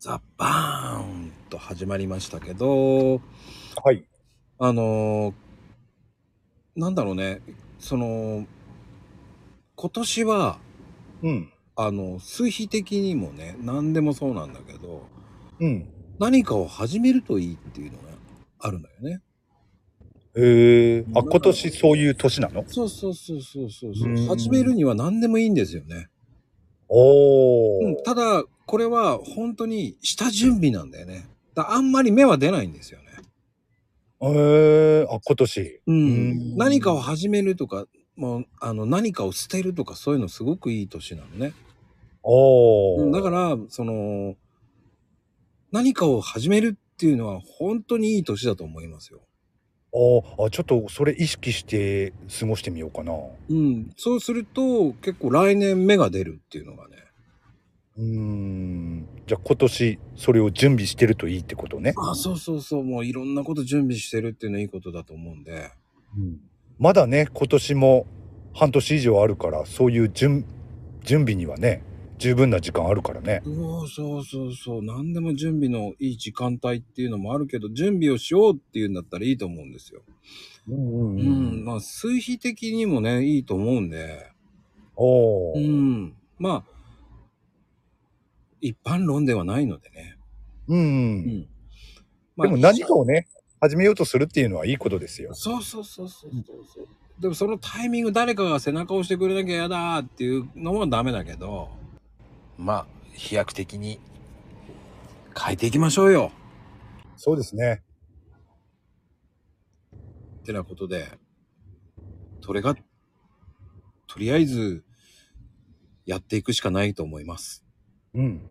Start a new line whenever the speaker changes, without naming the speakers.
ザ・バーンと始まりましたけど、
はい。
あのーなんだろうね、その、今年は、
うん。
あの、数比的にもね、何でもそうなんだけど、
うん。
何かを始めるといいっていうのがあるんだよね。
へえ。あ、今年そういう年なの
そうそうそうそうそうそうう。
ん
始めるには何でもいいんですよね。
お
うん、ただ、これは本当に下準備なんだよね。だあんまり芽は出ないんですよね。
へえ。あ、今年。
うん
うん
何かを始めるとか、もうあの何かを捨てるとかそういうのすごくいい年なのね。
お
うん
お。。
だからら、その、何かを始めるっていうのは本当にいい年だと思いますよ。
おーあ、ちょっとそれ意識して過ごしてみようかな。う
うん。そうすると、結構来年芽が出るっていうのがね。
ーん。じゃあ今年それを準備してるといいってことね。
あ、そうそうそう。もういろんなこと準備してるっていうのはいいことだと思うんで。
うん、まだね、今年も半年以上あるから、そういう準準備にはね、十分な時間あるからね。
そうそうそうそう。何でも準備のいい時間帯っていうのもあるけど、準備をしようっていうんだったらいいと思うんですよ。
うん
うん。まあ、数比的にもね、いいと思うんで。
おお。
うん。まあ、一般論ではないのでね。
うん。
うん。まあ
でも何かをね、始めようとするっていうのはいいことですよ。
そうそうそうそうそうそう。でもそのタイミング誰かが背中を押してくれなきゃやだーっていうのもダメだけど。まあ、飛躍的に変えていきましょうよ。
そうですね。
ってなことで、それが、とりあえず、やっていくしかないと思います。
うん。